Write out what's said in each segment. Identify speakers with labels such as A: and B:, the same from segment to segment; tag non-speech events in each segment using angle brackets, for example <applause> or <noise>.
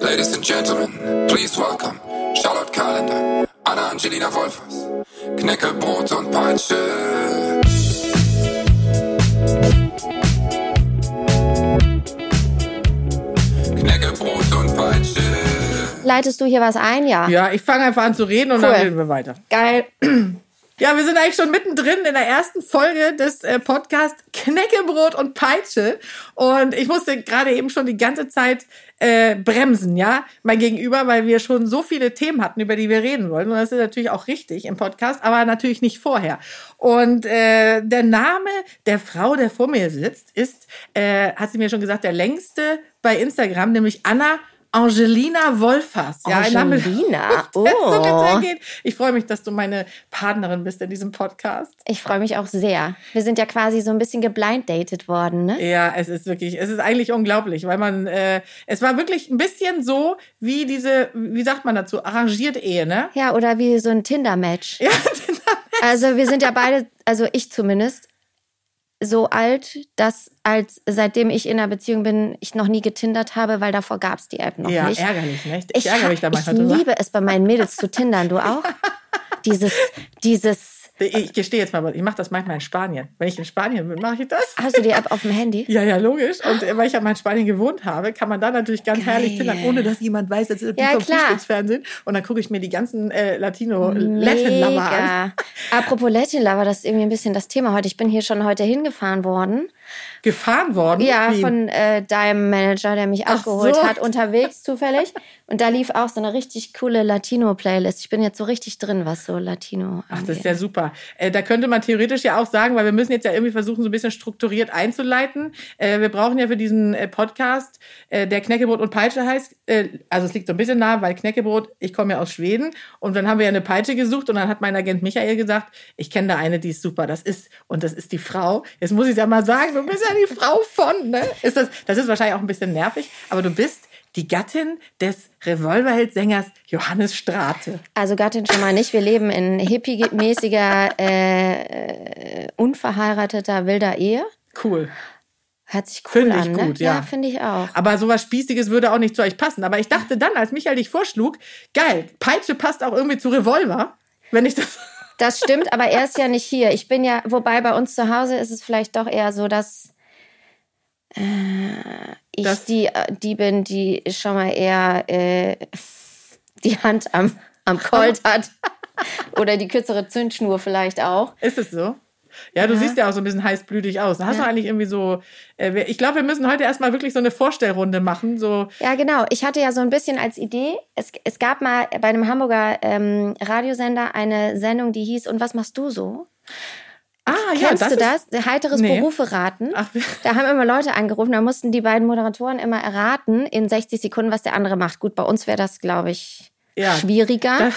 A: Ladies and Gentlemen, please welcome Charlotte Kalender, Anna Angelina Wolfers, Knäckebrot und Peitsche. Knäckebrot und Peitsche.
B: Leitest du hier was ein? Ja.
C: Ja, ich fange einfach an zu reden und
B: Cool.
C: dann reden wir weiter.
B: Geil. <clears throat>
C: Ja, wir sind eigentlich schon mittendrin in der ersten Folge des äh, Podcasts Knäckebrot und Peitsche. Und ich musste gerade eben schon die ganze Zeit äh, bremsen, ja, mein Gegenüber, weil wir schon so viele Themen hatten, über die wir reden wollen. Und das ist natürlich auch richtig im Podcast, aber natürlich nicht vorher. Und äh, der Name der Frau, der vor mir sitzt, ist, äh, hat sie mir schon gesagt, der längste bei Instagram, nämlich Anna Angelina Wolfers. Ja, ein Name- <laughs>
B: Angelina.
C: Wenn es so
B: Oh.
C: bitter geht. Ich freue mich, dass du meine Partnerin bist in diesem Podcast.
B: Ich freue mich auch sehr. Wir sind ja quasi so ein bisschen geblind-dated worden, ne?
C: Ja, es ist wirklich, es ist eigentlich unglaublich, weil man, äh, es war wirklich ein bisschen so wie diese, wie sagt man dazu, arrangiert Ehe, ne?
B: Ja, oder wie so ein Tinder-Match.
C: Ja, <laughs>
B: Also wir sind ja beide, also ich zumindest, so alt, dass als seitdem ich in einer Beziehung bin, ich noch nie getindert habe, weil davor gab es die App noch
C: ja
B: nicht.
C: ärgerlich, nicht?
B: Ich,
C: Ich, ärgere mich da
B: ich
C: manchmal drüber.
B: liebe es bei meinen Mädels zu tindern, du
C: <laughs>
B: auch? Dieses, dieses,
C: Ich gestehe jetzt mal, ich mache das manchmal in Spanien. Wenn ich in Spanien bin, mache ich das.
B: hast du die App auf dem Handy?
C: Ja, ja, logisch. Und äh, weil ich ja mal in Spanien gewohnt habe, kann man da natürlich ganz
B: Geil.
C: herrlich tindern, ohne dass jemand weiß, dass ich
B: Ja,
C: vom
B: klar.
C: Frühstücksfernsehen. Und dann gucke ich mir die ganzen äh, Latino-Latin-Lover an.
B: Apropos Latin Lover, das ist irgendwie ein bisschen das Thema heute. Ich bin hier schon heute hingefahren worden.
C: gefahren worden.
B: Ja,
C: Wie?
B: von äh, deinem Manager, der mich abgeholt
C: so.
B: hat, unterwegs zufällig. Und da lief auch so eine richtig coole Latino-Playlist. Ich bin jetzt so richtig drin, was so Latino
C: Ach, das ist
B: angeht.
C: ja super. Äh, da könnte man theoretisch ja auch sagen, weil wir müssen jetzt ja irgendwie versuchen, so ein bisschen strukturiert einzuleiten. Äh, wir brauchen ja für diesen äh, Podcast, äh, der Knäckebrot und Peitsche heißt, äh, also es liegt so ein bisschen nah, weil Knäckebrot, ich komme ja aus Schweden und dann haben wir ja eine Peitsche gesucht und dann hat mein Agent Michael gesagt, ich kenne da eine, die ist super, das ist, und das ist die Frau. Jetzt muss ich ja mal sagen, du bist ja die Frau von, ne? Ist das, das ist wahrscheinlich auch ein bisschen nervig, aber du bist die Gattin des Revolverheld-Sängers Johannes Strate.
B: Also Gattin schon mal nicht. Wir leben in hippie-mäßiger, äh, äh, unverheirateter, wilder Ehe.
C: Cool.
B: Hört sich cool
C: Finde ich
B: an, ne?
C: gut, ja.
B: finde ich auch.
C: Aber sowas Spießiges würde auch nicht zu euch passen. Aber ich dachte dann, als Michael dich vorschlug, geil, Peitsche passt auch irgendwie zu Revolver. Wenn ich das. <laughs>
B: Das stimmt, aber er ist ja nicht hier. Ich bin ja, wobei bei uns zu Hause ist es vielleicht doch eher so, dass äh, ich
C: Das-
B: die, äh, die bin, die schon mal eher äh, die Hand am, am Colt <laughs> hat. Oder die kürzere Zündschnur vielleicht auch.
C: Ist es so? Ja, du siehst ja auch so ein bisschen heißblütig aus. Hast du eigentlich irgendwie so. Äh, wir- ich glaube, wir müssen heute erstmal wirklich so eine Vorstellrunde machen. So,
B: Ja, genau. Ich hatte ja so ein bisschen als Idee, es, es gab mal bei einem Hamburger ähm, Radiosender eine Sendung, die hieß Und was machst du so?
C: ah, ja,
B: Kennst
C: das.
B: du
C: ist,
B: das? Heiteres
C: Nee.
B: Berufe raten.
C: Ach, <laughs>
B: Da haben immer Leute angerufen, da mussten die beiden Moderatoren immer erraten in 60 Sekunden, was der andere macht. Gut, bei uns wäre das, glaube ich,
C: <laughs> Ja.
B: schwieriger.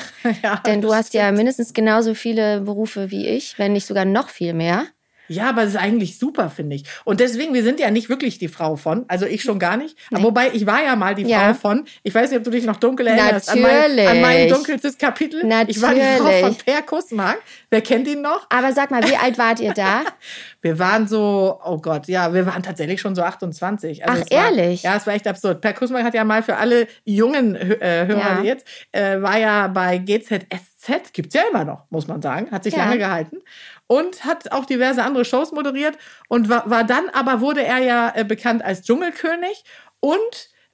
C: ja,
B: denn du hast ja mindestens genauso viele Berufe wie ich, wenn nicht sogar noch viel mehr.
C: Ja, aber es ist eigentlich super, finde ich. Und deswegen, wir sind ja nicht wirklich die Frau von. Also ich schon gar nicht. Aber Wobei, ich war ja mal die
B: Ja.
C: Frau von. Ich weiß nicht, ob du dich noch dunkel erinnerst. An mein, an mein
B: Natürlich.
C: dunkelstes Kapitel. Ich war die Frau von
B: Natürlich.
C: Per Kussmark. Wer kennt ihn noch?
B: Aber sag mal, wie alt wart ihr
C: <laughs>
B: da?
C: Wir waren so, oh Gott, ja, wir waren tatsächlich schon so 28. Also
B: Ach,
C: es war,
B: ehrlich?
C: Ja, es war echt absurd. Per Kussmann hat ja mal für alle jungen Hö- äh, Hörer
B: Ja.
C: jetzt, äh, war ja bei GZSZ, gibt's ja immer noch, muss man sagen, hat sich
B: Ja.
C: lange gehalten und hat auch diverse andere Shows moderiert und war, war dann, aber wurde er ja äh, bekannt als Dschungelkönig und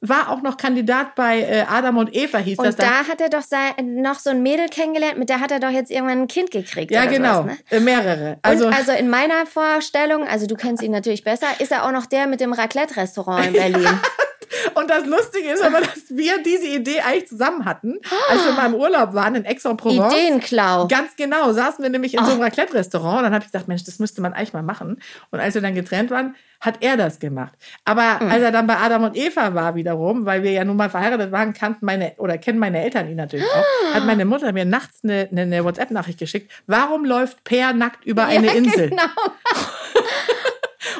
C: war auch noch Kandidat bei äh, Adam und Eva, hieß das
B: Und
C: dann.
B: da hat er doch sei, noch so ein Mädel kennengelernt, mit der hat er doch jetzt irgendwann ein Kind gekriegt.
C: Ja,
B: oder
C: genau,
B: Sowas, ne?
C: äh, mehrere.
B: Also, und also in meiner Vorstellung, also du kennst ihn natürlich besser, ist er auch noch der mit dem Raclette-Restaurant in
C: <laughs>
B: Berlin.
C: Und das Lustige ist aber, dass wir diese Idee eigentlich zusammen hatten, als wir mal im Urlaub waren in Aix-en-Provence.
B: Ideenklau.
C: Ganz genau, saßen wir nämlich in so einem Raclette-Restaurant und dann habe ich gedacht, Mensch, das müsste man eigentlich mal machen. Und als wir dann getrennt waren, hat er das gemacht. Aber als er dann bei Adam und Eva war wiederum, weil wir ja nun mal verheiratet waren, kannten meine oder kennen meine Eltern ihn natürlich auch, hat meine Mutter mir nachts eine, eine,
B: <laughs>
C: eine WhatsApp-Nachricht geschickt. Warum läuft Per nackt über eine Insel?
B: Genau.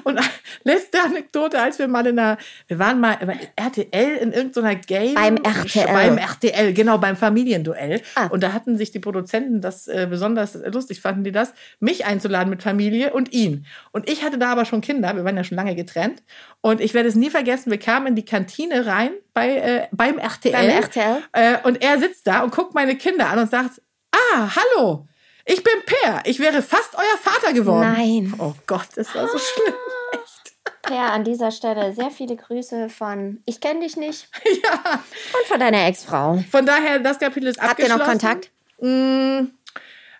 C: Und <laughs> letzte Anekdote, als wir mal in einer, wir waren mal bei RTL in irgendeiner Game.
B: Beim RTL.
C: Beim RTL, genau, beim Familienduell.
B: Ah.
C: Und da hatten sich die Produzenten das äh, besonders lustig, fanden die das, mich einzuladen mit Familie und ihn. Und ich hatte da aber schon Kinder, wir waren ja schon lange getrennt. Und ich werde es nie vergessen, wir kamen in die Kantine rein bei, äh, beim RTL.
B: Beim RTL.
C: Äh, und er sitzt da und guckt meine Kinder an und sagt, ah, hallo, ich bin Per, ich wäre fast euer Vater geworden.
B: Nein.
C: Oh Gott, das war so schlimm. Echt.
B: Ja, an dieser Stelle sehr viele Grüße von Ich kenne dich nicht
C: <laughs> Ja.
B: und von deiner Ex-Frau.
C: Von daher, das Kapitel ist
B: Habt ihr
C: abgeschlossen.
B: noch Kontakt?
C: Mm,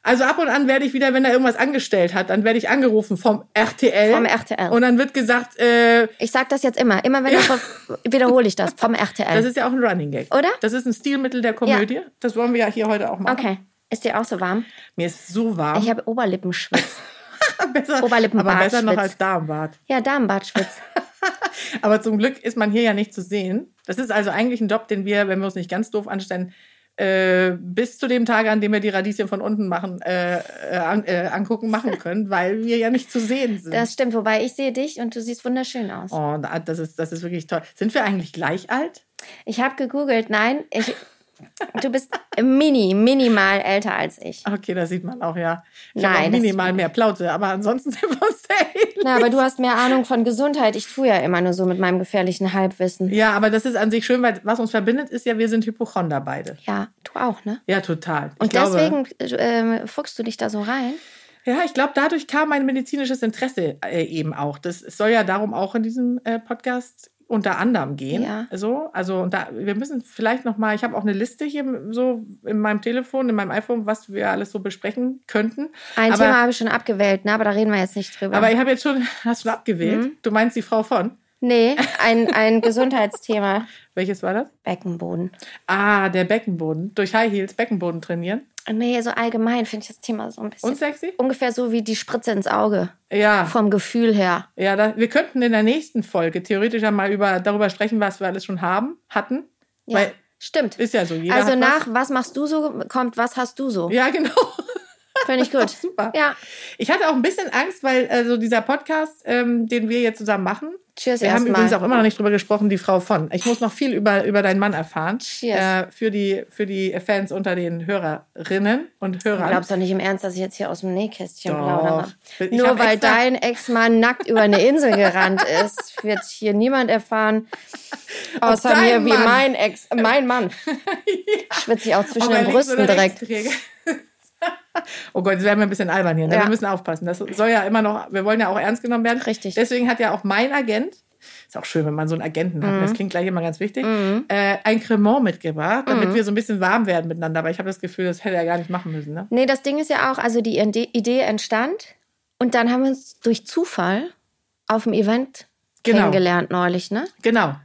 C: Also ab und an werde ich wieder, wenn er irgendwas angestellt hat, dann werde ich angerufen vom RTL.
B: Vom RTL.
C: Und dann wird gesagt, äh,
B: Ich sag das jetzt immer. Immer wenn ich wiederhole ich das
C: <laughs>
B: vom RTL.
C: das ist ja auch ein Running Gag.
B: Oder?
C: Das ist ein Stilmittel der Komödie. Das wollen wir ja hier heute auch machen.
B: okay. Ist dir auch so warm?
C: Mir ist so warm.
B: Ich habe Oberlippenschwitz.
C: <laughs> besser,
B: Oberlippenbart
C: aber besser noch
B: schwitzt.
C: als Darmbart.
B: Ja, Darmbadschwitz.
C: Aber zum Glück ist man hier ja nicht zu sehen. Das ist also eigentlich ein Job, den wir, wenn wir uns nicht ganz doof anstellen, äh, bis zu dem Tage, an dem wir die Radieschen von unten machen, äh, äh, an, äh, angucken, machen können, weil wir ja nicht zu sehen sind.
B: Das stimmt, wobei ich sehe dich und du siehst wunderschön aus.
C: oh, na, das ist, das ist wirklich toll. Sind wir eigentlich gleich alt?
B: Ich habe gegoogelt, nein, ich, du bist mini, minimal älter als ich.
C: Okay, das sieht man auch, ja. Ich habe
B: Nein,
C: auch
B: das-
C: minimal mehr Plaute, aber ansonsten <laughs> sind wir uns sehr ähnlich.
B: Na, aber du hast mehr Ahnung von Gesundheit. Ich tue ja immer nur so mit meinem gefährlichen Halbwissen.
C: Ja, aber das ist an sich schön, weil was uns verbindet, ist ja, wir sind Hypochonder beide.
B: Ja, du auch, ne?
C: Ja, total. Ich
B: Und
C: glaube-
B: deswegen äh, fuchst du dich da so rein.
C: Ja, ich glaube, dadurch kam mein medizinisches Interesse äh, eben auch. Das es soll ja darum auch in diesem äh, Podcast unter anderem gehen.
B: Ja.
C: So, also und da, wir müssen vielleicht noch mal. Ich habe auch eine Liste hier so in meinem Telefon, in meinem iPhone, was wir alles so besprechen könnten.
B: Ein
C: aber,
B: Thema habe ich schon abgewählt, ne? aber da reden wir jetzt nicht drüber.
C: Aber ich habe jetzt schon, <laughs> hast du schon abgewählt?
B: Mhm.
C: Du meinst die Frau von? <laughs>
B: nee, ein, ein Gesundheitsthema.
C: Welches war das?
B: Beckenboden.
C: Ah, der Beckenboden. Durch High Heels Beckenboden trainieren.
B: Nee, so allgemein finde ich das Thema so ein bisschen.
C: Unsexy?
B: Ungefähr so wie die Spritze ins Auge.
C: Ja.
B: Vom Gefühl her.
C: Ja, da, wir könnten in der nächsten Folge theoretisch ja mal über, darüber sprechen, was wir alles schon haben, hatten.
B: Ja,
C: Weil
B: stimmt.
C: ist ja so, jeder
B: also
C: hat was.
B: nach was. machst du so, kommt was hast du so.
C: Ja, genau. <laughs>
B: Finde ich gut.
C: Super.
B: Ja.
C: Ich hatte auch ein bisschen Angst, weil also dieser Podcast, ähm, den wir jetzt zusammen machen,
B: Cheers
C: wir haben
B: erstmal.
C: übrigens auch immer noch nicht drüber gesprochen, die Frau von. Ich muss noch viel über, über deinen Mann erfahren.
B: Cheers.
C: Äh, für, die, für die Fans unter den Hörerinnen und
B: Du
C: Hörern.
B: glaubst doch nicht im Ernst, dass ich jetzt hier aus dem Nähkästchen
C: Doch.
B: plaudere.
C: Ich
B: Nur
C: hab
B: weil
C: extra-
B: dein Ex-Mann nackt über eine Insel gerannt ist, wird hier niemand erfahren, außer
C: dein
B: mir, wie
C: Mann.
B: mein Ex, mein
C: <laughs>
B: Mann. Schwitze ich auch zwischen den Brüsten direkt.
C: <laughs> Oh Gott, jetzt werden wir ein bisschen albern hier. Ne?
B: Ja.
C: Wir müssen aufpassen. Das soll ja immer noch, wir wollen ja auch ernst genommen werden.
B: Richtig.
C: Deswegen hat ja auch mein Agent, ist auch schön, wenn man so einen Agenten hat, ne?
B: Mhm.
C: das klingt gleich immer ganz wichtig, äh, ein Cremant mitgebracht, damit
B: Mhm.
C: wir so ein bisschen warm werden miteinander. Aber ich habe das Gefühl, das hätte er gar nicht machen müssen. Ne?
B: Nee, das Ding ist ja auch, also die Ide- Idee entstand und dann haben wir uns durch Zufall auf dem Event
C: Genau.
B: kennengelernt neulich, ne?
C: Genau.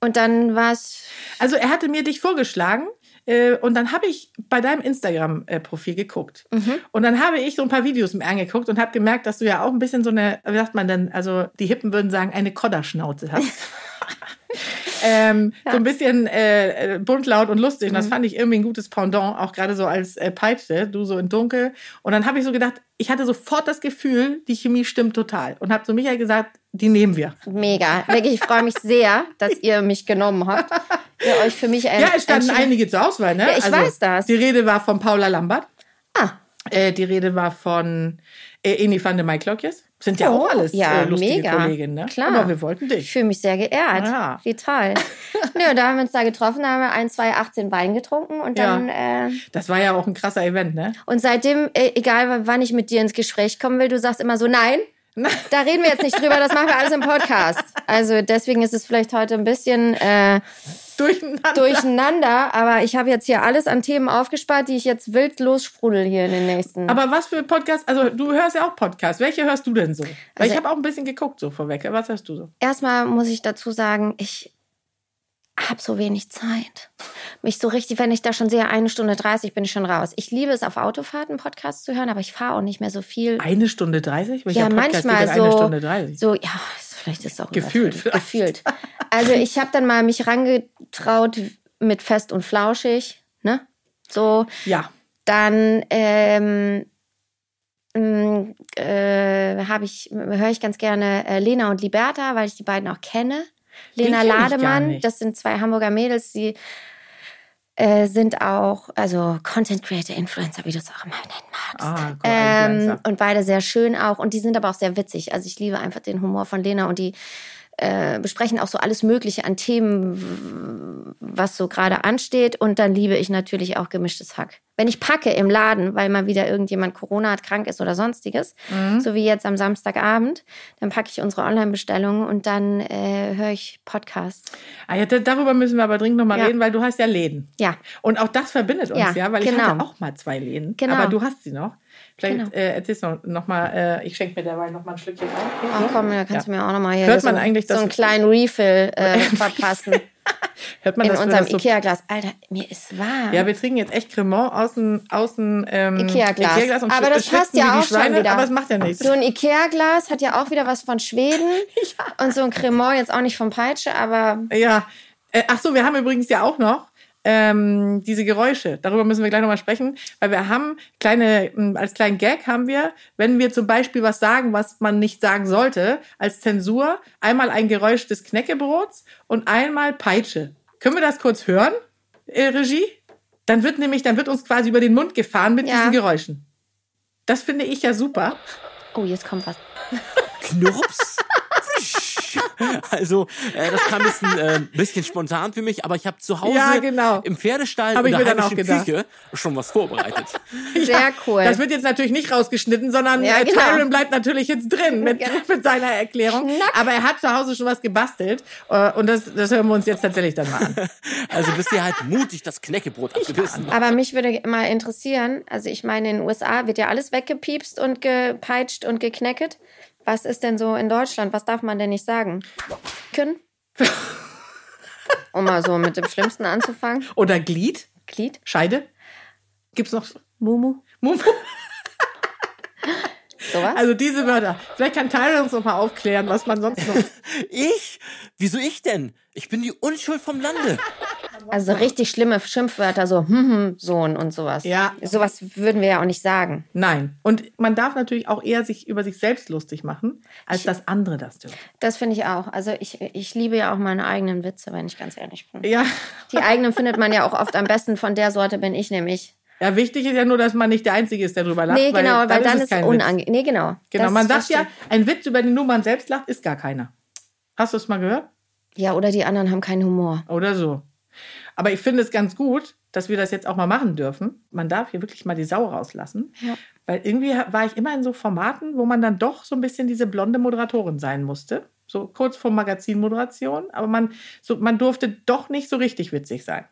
B: Und dann war es,
C: Also er hatte mir dich vorgeschlagen äh, und dann habe ich bei deinem Instagram-Profil geguckt.
B: Mhm.
C: Und dann habe ich so ein paar Videos mir angeguckt und habe gemerkt, dass du ja auch ein bisschen so eine, wie sagt man denn, also die Hippen würden sagen, eine
B: <laughs>
C: Kodderschnauze hast. Ähm, So ein bisschen äh, äh, bunt, laut und lustig.
B: Mhm.
C: Und das fand ich irgendwie ein gutes Pendant, auch gerade so als äh, Peitsche, du so in Dunkel. Und dann habe ich so gedacht, ich hatte sofort das Gefühl, die Chemie stimmt total. Und habe zu Michael gesagt, die nehmen wir.
B: mega. Wirklich, ich freue mich sehr, dass ihr mich genommen
C: <laughs>
B: habt. Ihr euch für mich
C: Ja, es standen
B: entschieden-
C: einige zur Auswahl, ne?
B: Ja, ich weiß das.
C: Die Rede war von Paula Lambert.
B: Ah,
C: Äh, die Rede war von äh, Eni van de Maiklokjes. Sind ja
B: Oh,
C: auch alles
B: ja,
C: äh, lustige
B: mega.
C: Kolleginnen, ne?
B: Klar.
C: Aber wir wollten
B: Ich
C: dich.
B: fühle mich sehr geehrt.
C: Ja.
B: Wie
C: <laughs>
B: toll. Nö, da haben wir uns da getroffen, da haben wir ein, zwei, 18 Wein getrunken und dann. Äh,
C: Das war ja auch ein krasser Event, ne? <laughs>
B: und seitdem, äh, egal wann ich mit dir ins Gespräch kommen will, du sagst immer so,
C: <laughs>
B: nein, da reden wir jetzt nicht drüber, das machen wir alles im Podcast. Also deswegen ist es vielleicht heute ein bisschen äh,
C: Durcheinander.
B: durcheinander, aber ich habe jetzt hier alles an Themen aufgespart, die ich jetzt wild lossprudel hier in den nächsten.
C: Aber was für Podcasts? Also, du hörst ja auch Podcasts. Welche hörst du denn so? Weil
B: Also-
C: ich habe auch ein bisschen geguckt, so vorweg. Was hörst du so?
B: erstmal muss ich dazu sagen, ich habe so wenig Zeit. Mich so richtig, wenn ich da schon sehe, eine Stunde 30 bin ich schon raus. Ich liebe es, auf Autofahrten Podcasts zu hören, aber ich fahre auch nicht mehr so viel.
C: Eine Stunde 30? Welcher
B: ja,
C: Podcast
B: manchmal so.
C: geht denn eine Stunde 30?
B: So, ja, ist- vielleicht ist es auch
C: Gefühlt
B: übertrieben. Gefühlt. Also ich habe dann mal mich rangetraut mit Fest und Flauschig, ne? So,
C: Ja.
B: dann ähm, mh, äh, habe ich, höre ich ganz gerne äh, Lena und Liberta, weil ich die beiden auch kenne.
C: Die
B: Lena
C: kenn ich gar
B: Lademann,
C: nicht.
B: das sind zwei Hamburger Mädels, die äh, sind auch, also Content Creator, Influencer, wie du es auch immer nennen magst.
C: Ah, cool,
B: Ähm,
C: Influencer.
B: und beide sehr schön auch. Und die sind aber auch sehr witzig. Also ich liebe einfach den Humor von Lena und die äh, besprechen auch so alles Mögliche an Themen, w- was so gerade ansteht. Und dann liebe ich natürlich auch gemischtes Hack. Wenn ich packe im Laden, weil mal wieder irgendjemand Corona hat, krank ist oder sonstiges,
C: Mhm.
B: so wie jetzt am Samstagabend, dann packe ich unsere Online-Bestellung und dann äh, höre ich Podcasts.
C: Ah, ja, da- darüber müssen wir aber dringend nochmal
B: Ja.
C: reden, weil du hast ja Läden.
B: Ja.
C: Und auch das verbindet uns, ja,
B: Ja,
C: weil ich
B: genau.
C: hatte auch mal zwei Läden.
B: Genau.
C: Aber du hast sie noch. Vielleicht
B: Genau.
C: äh, erzählst du nochmal, äh, ich schenke mir derweil nochmal ein Schlückchen ein. Hier,
B: Ach
C: so.
B: komm, da kannst
C: Ja.
B: du mir auch nochmal hier
C: Hört
B: so,
C: man eigentlich,
B: so
C: dass-
B: einen kleinen Refill
C: <laughs>
B: äh, verpassen
C: Hört man
B: in
C: das, wenn
B: unserem
C: das so
B: Ikea-Glas. Alter, mir ist warm.
C: Ja, wir trinken jetzt echt Cremant aus dem, aus dem ähm,
B: Ikea-Glas.
C: Ikea-Glas und
B: aber
C: schü-
B: das passt
C: schützen wie
B: ja
C: die
B: auch schon
C: Schweine,
B: wieder.
C: Aber es macht ja nichts.
B: So ein Ikea-Glas hat ja auch wieder was von
C: <laughs>
B: Schweden. Und so ein Cremant jetzt auch nicht vom Peitsche, aber
C: Ja. Äh, ach so, wir haben übrigens ja auch noch ähm, diese Geräusche. Darüber müssen wir gleich nochmal sprechen, weil wir haben kleine, ähm, als kleinen Gag haben wir, wenn wir zum Beispiel was sagen, was man nicht sagen sollte, als Zensur, einmal ein Geräusch des Knäckebrots und einmal Peitsche. Können wir das kurz hören, äh, Regie? Dann wird nämlich, dann wird uns quasi über den Mund gefahren mit
B: Ja.
C: diesen Geräuschen. Das finde ich ja super.
B: oh, jetzt kommt was.
D: Knurps. Frisch. <laughs> Also, äh, das kam jetzt ein äh, bisschen spontan für mich, aber ich habe zu Hause
C: Ja, genau.
D: im Pferdestall
C: Hab
D: und
C: ich mir
D: der
C: dann auch gedacht.
D: heimischen Küche schon was vorbereitet.
B: Sehr cool.
C: Das wird jetzt natürlich nicht rausgeschnitten, sondern
B: Ja,
C: äh,
B: genau.
C: Tyron bleibt natürlich jetzt drin
B: <laughs>
C: mit, mit seiner Erklärung. Aber er hat zu Hause schon was gebastelt äh, und das, das hören wir uns jetzt tatsächlich dann mal an.
B: <laughs>
D: Also bist ihr halt mutig das Knäckebrot abgebissen.
B: aber mich würde mal interessieren, also ich meine, in den USA wird ja alles weggepiepst und gepeitscht und geknäcket. Was ist denn so in Deutschland? Was darf man denn nicht sagen?
C: <laughs>
B: Können? Um mal so mit dem Schlimmsten anzufangen.
C: Oder Glied,
B: Glied?
C: Scheide. Gibt's noch
B: Mumu?
C: Mumu?
B: Sowas?
C: Also diese Wörter. Vielleicht kann Tyron uns noch mal aufklären, was man sonst
B: <laughs>
C: noch...
D: Ich? Wieso ich denn? Ich bin die Unschuld vom Lande.
B: Also so richtig schlimme Schimpfwörter, so hm, hm, Sohn und sowas.
C: Ja.
B: Sowas würden wir ja auch nicht sagen.
C: Nein. Und man darf natürlich auch eher sich über sich selbst lustig machen, als dass andere das tun.
B: Das finde ich auch. Also ich, ich liebe ja auch meine eigenen Witze, wenn ich ganz ehrlich bin.
C: Ja. <laughs>
B: Die eigenen findet man ja auch oft am besten. Von der Sorte bin ich nämlich.
C: Ja, wichtig ist ja nur, dass man nicht der Einzige ist, der drüber lacht.
B: nee, genau, weil dann ist,
C: kein Witz.
B: unangenehm. Nee, genau.
C: Genau,
B: Das-
C: man
B: das
C: sagt ja,
B: stimmt.
C: ein Witz, über den nur man selbst lacht, ist gar keiner. Hast du es mal gehört?
B: Ja, oder die anderen haben keinen Humor.
C: Oder so. Aber ich finde es ganz gut, dass wir das jetzt auch mal machen dürfen. Man darf hier wirklich mal die Sau rauslassen.
B: Ja.
C: Weil irgendwie ha- war ich immer in so Formaten, wo man dann doch so ein bisschen diese blonde Moderatorin sein musste. So kurz vor Magazinmoderation. Aber man, so, man durfte doch nicht so richtig witzig sein.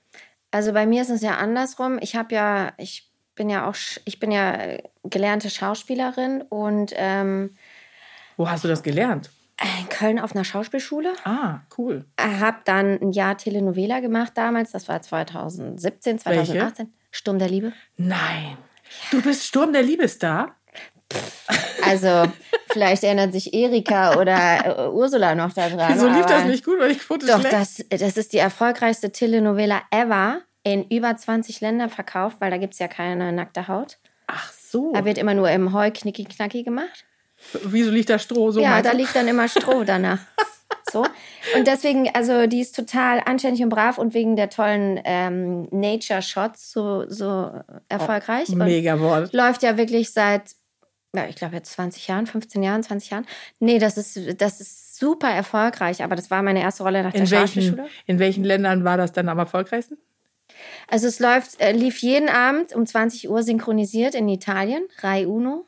B: Also bei mir ist es ja andersrum. Ich habe ja, ich bin ja auch, sch- ich bin ja äh, gelernte Schauspielerin und ähm, äh,
C: Wo hast du das gelernt?
B: in Köln auf einer Schauspielschule.
C: Ah, cool.
B: habe dann ein Jahr Telenovela gemacht damals. Das war 2017,
C: Welche?
B: 2018. Sturm der Liebe.
C: Nein. Du bist Sturm der Liebestar? <laughs>
B: Also vielleicht erinnert sich Erika oder äh, Ursula noch daran.
C: <laughs> Wieso lief das
B: aber-
C: nicht gut, weil ich Quote
B: Doch,
C: schlecht?
B: das, das ist die erfolgreichste Telenovela ever. In über 20 Ländern verkauft, weil da gibt es ja keine nackte Haut.
C: Ach so.
B: Da wird immer nur im Heu knicki-knacki gemacht.
C: Wieso liegt da Stroh so?
B: ja,
C: meinst
B: da
C: du?
B: liegt dann immer Stroh
C: <laughs>
B: danach. So. Und deswegen, also die ist total anständig und brav und wegen der tollen ähm, Nature-Shots so, so erfolgreich. und
C: Mega Wort.
B: läuft ja wirklich seit, ja, ich glaube jetzt 20 Jahren, 15 Jahren, 20 Jahren. Nee, das ist, das ist super erfolgreich, aber das war meine erste Rolle nach der
C: In welchen,
B: Schauspielschule.
C: in welchen Ländern war das dann am erfolgreichsten?
B: Also es läuft, äh, lief jeden Abend um 20 Uhr synchronisiert in Italien, Rai Uno.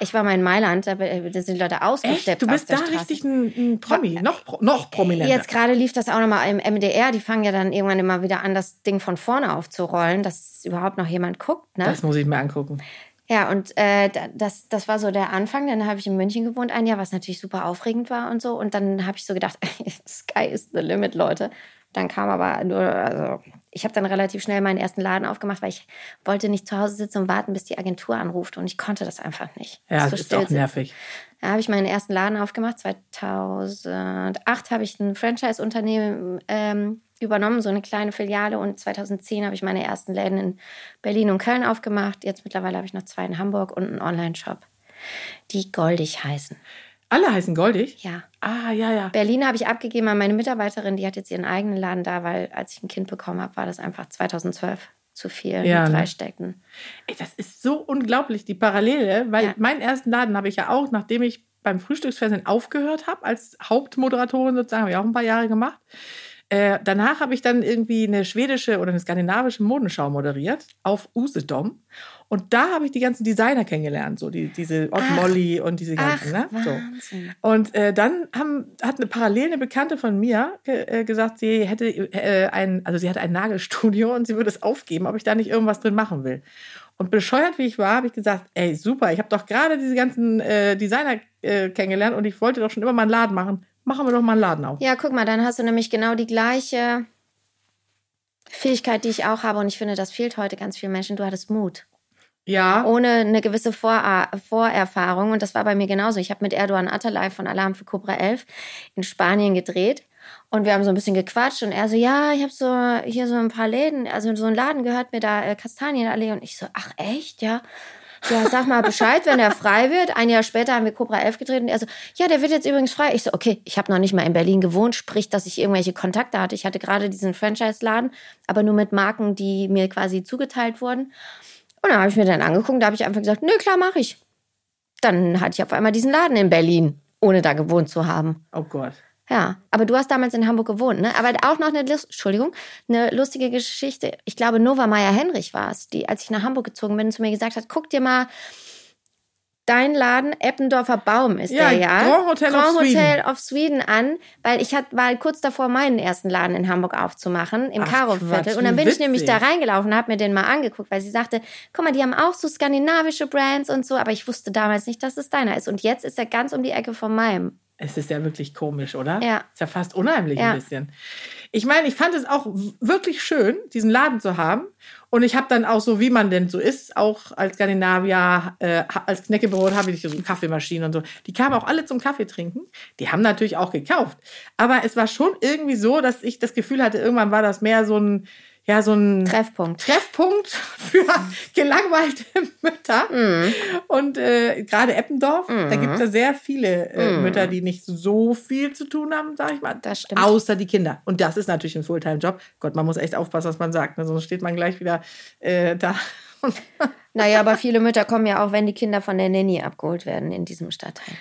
B: Ich war mal in Mailand, da, da sind die Leute ausgesteppt.
C: Ah. Du bist da
B: aus der Straße.
C: richtig ein, ein Promi, noch, pro- noch prominenter.
B: Jetzt gerade lief das auch nochmal im MDR. Die fangen ja dann irgendwann immer wieder an, das Ding von vorne aufzurollen, dass überhaupt noch jemand guckt. Ne?
C: das muss ich mir angucken.
B: Ja, und äh, da- das, das war so der Anfang. Dann habe ich in München gewohnt ein Jahr, was natürlich super aufregend war und so. Und dann habe ich so gedacht, <laughs> Sky is the limit, Leute. Dann kam aber nur, also ich habe dann relativ schnell meinen ersten Laden aufgemacht, weil ich wollte nicht zu Hause sitzen und warten, bis die Agentur anruft. Und ich konnte das einfach nicht.
C: Ja,
B: So
C: das ist
B: still
C: auch
B: sitzen.
C: nervig.
B: Da habe ich meinen ersten Laden aufgemacht. 2008 habe ich ein Franchise-Unternehmen ähm, übernommen, so eine kleine Filiale. Und 2010 habe ich meine ersten Läden in Berlin und Köln aufgemacht. Jetzt mittlerweile habe ich noch zwei in Hamburg und einen Online-Shop. die goldig heißen.
C: Alle heißen goldig?
B: Ja.
C: Ah, ja, ja.
B: Berlin habe ich abgegeben an meine Mitarbeiterin, die hat jetzt ihren eigenen Laden da, weil als ich ein Kind bekommen habe, war das einfach 2012 zu viel
C: Ja,
B: mit
C: ne?
B: drei Stecken.
C: Ey, das ist so unglaublich, die Parallele, weil
B: Ja.
C: meinen ersten Laden habe ich ja auch, nachdem ich beim Frühstücksfernsehen aufgehört habe, als Hauptmoderatorin sozusagen, habe ich auch ein paar Jahre gemacht. Äh, danach habe ich dann irgendwie eine schwedische oder eine skandinavische Modenschau moderiert auf Usedom. Und da habe ich die ganzen Designer kennengelernt, so die, diese Ott
B: Ach.
C: Molly und diese
B: Ach,
C: ganzen. ne? so.
B: Wahnsinn.
C: Und äh, dann haben, hat eine parallel eine Bekannte von mir ge- äh, gesagt, sie hätte äh, ein, also sie hat ein Nagelstudio und sie würde es aufgeben, ob ich da nicht irgendwas drin machen will. Und bescheuert wie ich war, habe ich gesagt, ey super, ich habe doch gerade diese ganzen äh, Designer äh, kennengelernt und ich wollte doch schon immer mal einen Laden machen. Machen wir doch mal einen Laden auf.
B: Ja, guck mal, dann hast du nämlich genau die gleiche Fähigkeit, die ich auch habe. Und ich finde, das fehlt heute ganz vielen Menschen. Du hattest Mut.
C: Ja,
B: ohne eine gewisse Vor äh, Vorerfahrung. Und das war bei mir genauso. Ich habe mit Erdogan Atalay von Alarm für Cobra 11 in Spanien gedreht. Und wir haben so ein bisschen gequatscht und er so, ja, ich habe so hier so ein paar Läden, also so einen Laden gehört mir da, äh, Kastanienallee. Und ich so, ach echt, ja? Ja, sag mal Bescheid, wenn er frei wird. Ein Jahr später haben wir Cobra 11 gedreht und er so, ja, der wird jetzt übrigens frei. Ich so, okay, ich habe noch nicht mal in Berlin gewohnt, sprich, dass ich irgendwelche Kontakte hatte. Ich hatte gerade diesen Franchise-Laden, aber nur mit Marken, die mir quasi zugeteilt wurden. Und dann habe ich mir dann angeguckt, da habe ich einfach gesagt, nö, klar, mache ich. Dann hatte ich auf einmal diesen Laden in Berlin, ohne da gewohnt zu haben.
C: oh Gott.
B: Ja, aber du hast damals in Hamburg gewohnt, ne? Aber auch noch eine, Lust, Entschuldigung, eine lustige Geschichte. Ich glaube, Nova Meyer Henrich war es, die, als ich nach Hamburg gezogen bin, zu mir gesagt hat, guck dir mal, dein Laden Eppendorfer Baum ist
C: Ja,
B: der ja.
C: Grand Hotel of
B: Grand
C: Sweden.
B: Hotel of Sweden an, weil ich hat, war kurz davor, meinen ersten Laden in Hamburg aufzumachen, im
C: Ach,
B: Karo-Viertel.
C: Quatsch,
B: Und dann
C: wie
B: bin ich nämlich da
C: witzig.
B: reingelaufen und habe mir den mal angeguckt, weil sie sagte, guck mal, die haben auch so skandinavische Brands und so, aber ich wusste damals nicht, dass es deiner ist. Und jetzt ist er ganz um die Ecke von
C: <laughs>
B: meinem.
C: Es ist ja wirklich komisch, oder?
B: Ja.
C: Ist ja fast unheimlich
B: Ja.
C: ein bisschen. Ich meine, ich fand es auch w- wirklich schön, diesen Laden zu haben. Und ich habe dann auch so, wie man denn so ist, auch als Skandinavier, äh, ha- als Knäckebrot habe ich so eine Kaffeemaschine und so. Die kamen auch alle zum Kaffee trinken. Die haben natürlich auch gekauft. Aber es war schon irgendwie so, dass ich das Gefühl hatte, irgendwann war das mehr so ein, ja, so ein
B: Treffpunkt.
C: Treffpunkt für
B: <laughs>
C: gelangweilte Mütter.
B: Mm.
C: Und äh, gerade Eppendorf, da gibt es ja sehr viele äh, Mütter, die nicht so viel zu tun haben, sag ich mal.
B: Mm. Das stimmt.
C: Außer die Kinder. Und das ist natürlich ein Fulltime-Job. Gott, man muss echt aufpassen, was man sagt. Ne? Sonst steht man gleich wieder äh, da. <laughs>
B: Naja, aber viele Mütter kommen ja auch, wenn die Kinder von der Nanny abgeholt werden in diesem Stadtteil.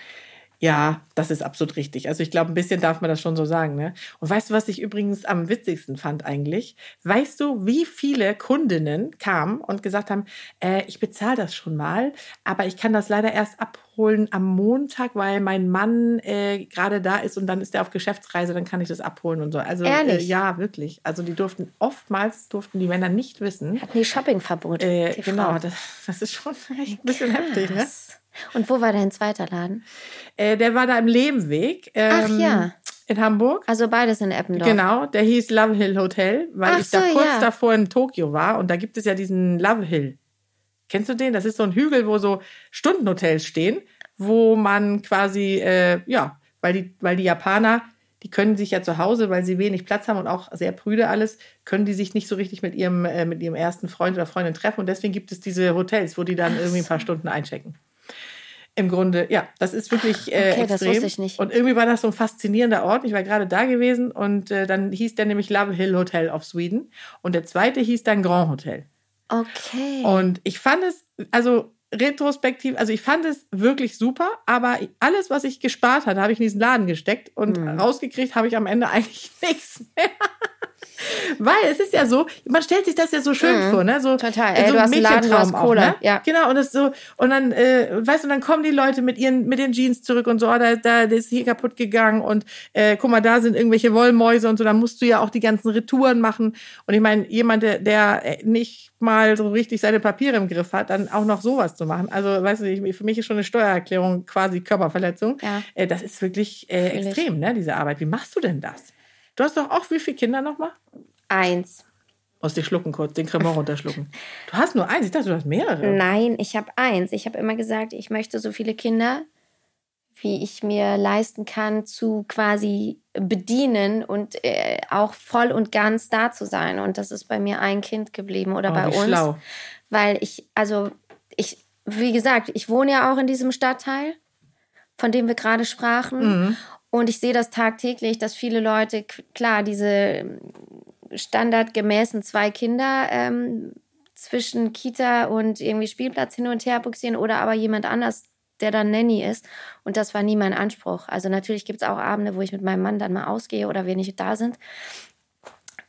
C: Ja, das ist absolut richtig. Also ich glaube, ein bisschen darf man das schon so sagen. Ne? Und weißt du, was ich übrigens am witzigsten fand eigentlich? Weißt du, wie viele Kundinnen kamen und gesagt haben, äh, ich bezahle das schon mal, aber ich kann das leider erst abholen am Montag, weil mein Mann äh, gerade da ist und dann ist er auf Geschäftsreise, dann kann ich das abholen und so. Also
B: Ehrlich?
C: Äh, ja, wirklich. Also die durften oftmals durften die Männer nicht wissen.
B: Hatten die Shoppingverbot.
C: Äh,
B: die
C: genau,
B: Frauen.
C: das, das ist schon <laughs> echt ein bisschen heftig, ne?
B: Krass. Und wo war dein zweiter Laden?
C: Äh, der war da im Lehmweg.
B: Ach ja.
C: In Hamburg.
B: Also beides in Eppendorf.
C: Ähm, Genau, der hieß Love Hill Hotel, weil
B: Ach
C: ich da
B: so,
C: kurz
B: ja.
C: davor in Tokio war und da gibt es ja diesen Love Hill. Kennst du den? Das ist so ein Hügel, wo so Stundenhotels stehen, wo man quasi, äh, ja, weil die, weil die Japaner, die können sich ja zu Hause, weil sie wenig Platz haben und auch sehr prüde alles, können die sich nicht so richtig mit ihrem, äh, mit ihrem ersten Freund oder Freundin treffen und deswegen gibt es diese Hotels, wo die dann irgendwie ein paar Stunden einchecken. Im Grunde, ja, das ist wirklich äh,
B: Okay,
C: extrem.
B: das wusste ich nicht.
C: Und irgendwie war das so ein faszinierender Ort. Ich war gerade da gewesen und äh, dann hieß der nämlich Love Hill Hotel of Sweden und der zweite hieß dann Grand Hotel.
B: Okay.
C: Und ich fand es, also retrospektiv, also ich fand es wirklich super, aber alles, was ich gespart hatte, habe ich in diesen Laden gesteckt und
B: Hm.
C: rausgekriegt habe ich am Ende <laughs> eigentlich nichts mehr. Weil es ist ja so, man stellt sich das ja so schön vor, ne? So,
B: Hm. Total.
C: so
B: Ey, du hast einen Laden, du hast
C: Mädchentraum
B: Cola. Ja.
C: Genau, und das so, und dann, äh, weißt du, dann kommen die Leute mit ihren, mit den Jeans zurück und so, oh, da, da der ist hier kaputt gegangen und äh, guck mal, da sind irgendwelche Wollmäuse und so, dann musst du ja auch die ganzen Retouren machen. Und ich meine, jemand, der, der äh, nicht mal so richtig seine Papiere im Griff hat, dann auch noch sowas zu machen. Also, weißt du, ich, für mich ist schon eine Steuererklärung quasi Körperverletzung.
B: Ja.
C: Äh, das ist wirklich äh,
B: Fühl ich.
C: extrem, ne, diese Arbeit. Wie machst du denn das? Du hast doch auch wie viele Kinder nochmal?
B: Eins.
C: Aus dir schlucken kurz, den Cremant runterschlucken. Du hast nur eins, ich dachte, du hast mehrere.
B: Nein, ich habe eins. Ich habe immer gesagt, ich möchte so viele Kinder, wie ich mir leisten kann, zu quasi bedienen und äh, auch voll und ganz da zu sein. Und das ist bei mir ein Kind geblieben oder
C: Oh,
B: bei
C: wie
B: uns.
C: schlau.
B: Weil ich, also ich wie gesagt, ich wohne ja auch in diesem Stadtteil, von dem wir gerade sprachen. Und ich sehe das tagtäglich, dass viele Leute, k- klar, diese standardgemäßen zwei Kinder ähm, zwischen Kita und irgendwie Spielplatz hin und her buxieren oder aber jemand anders, der dann Nanny ist. Und das war nie mein Anspruch. Also natürlich gibt es auch Abende, wo ich mit meinem Mann dann mal ausgehe oder wir nicht da sind.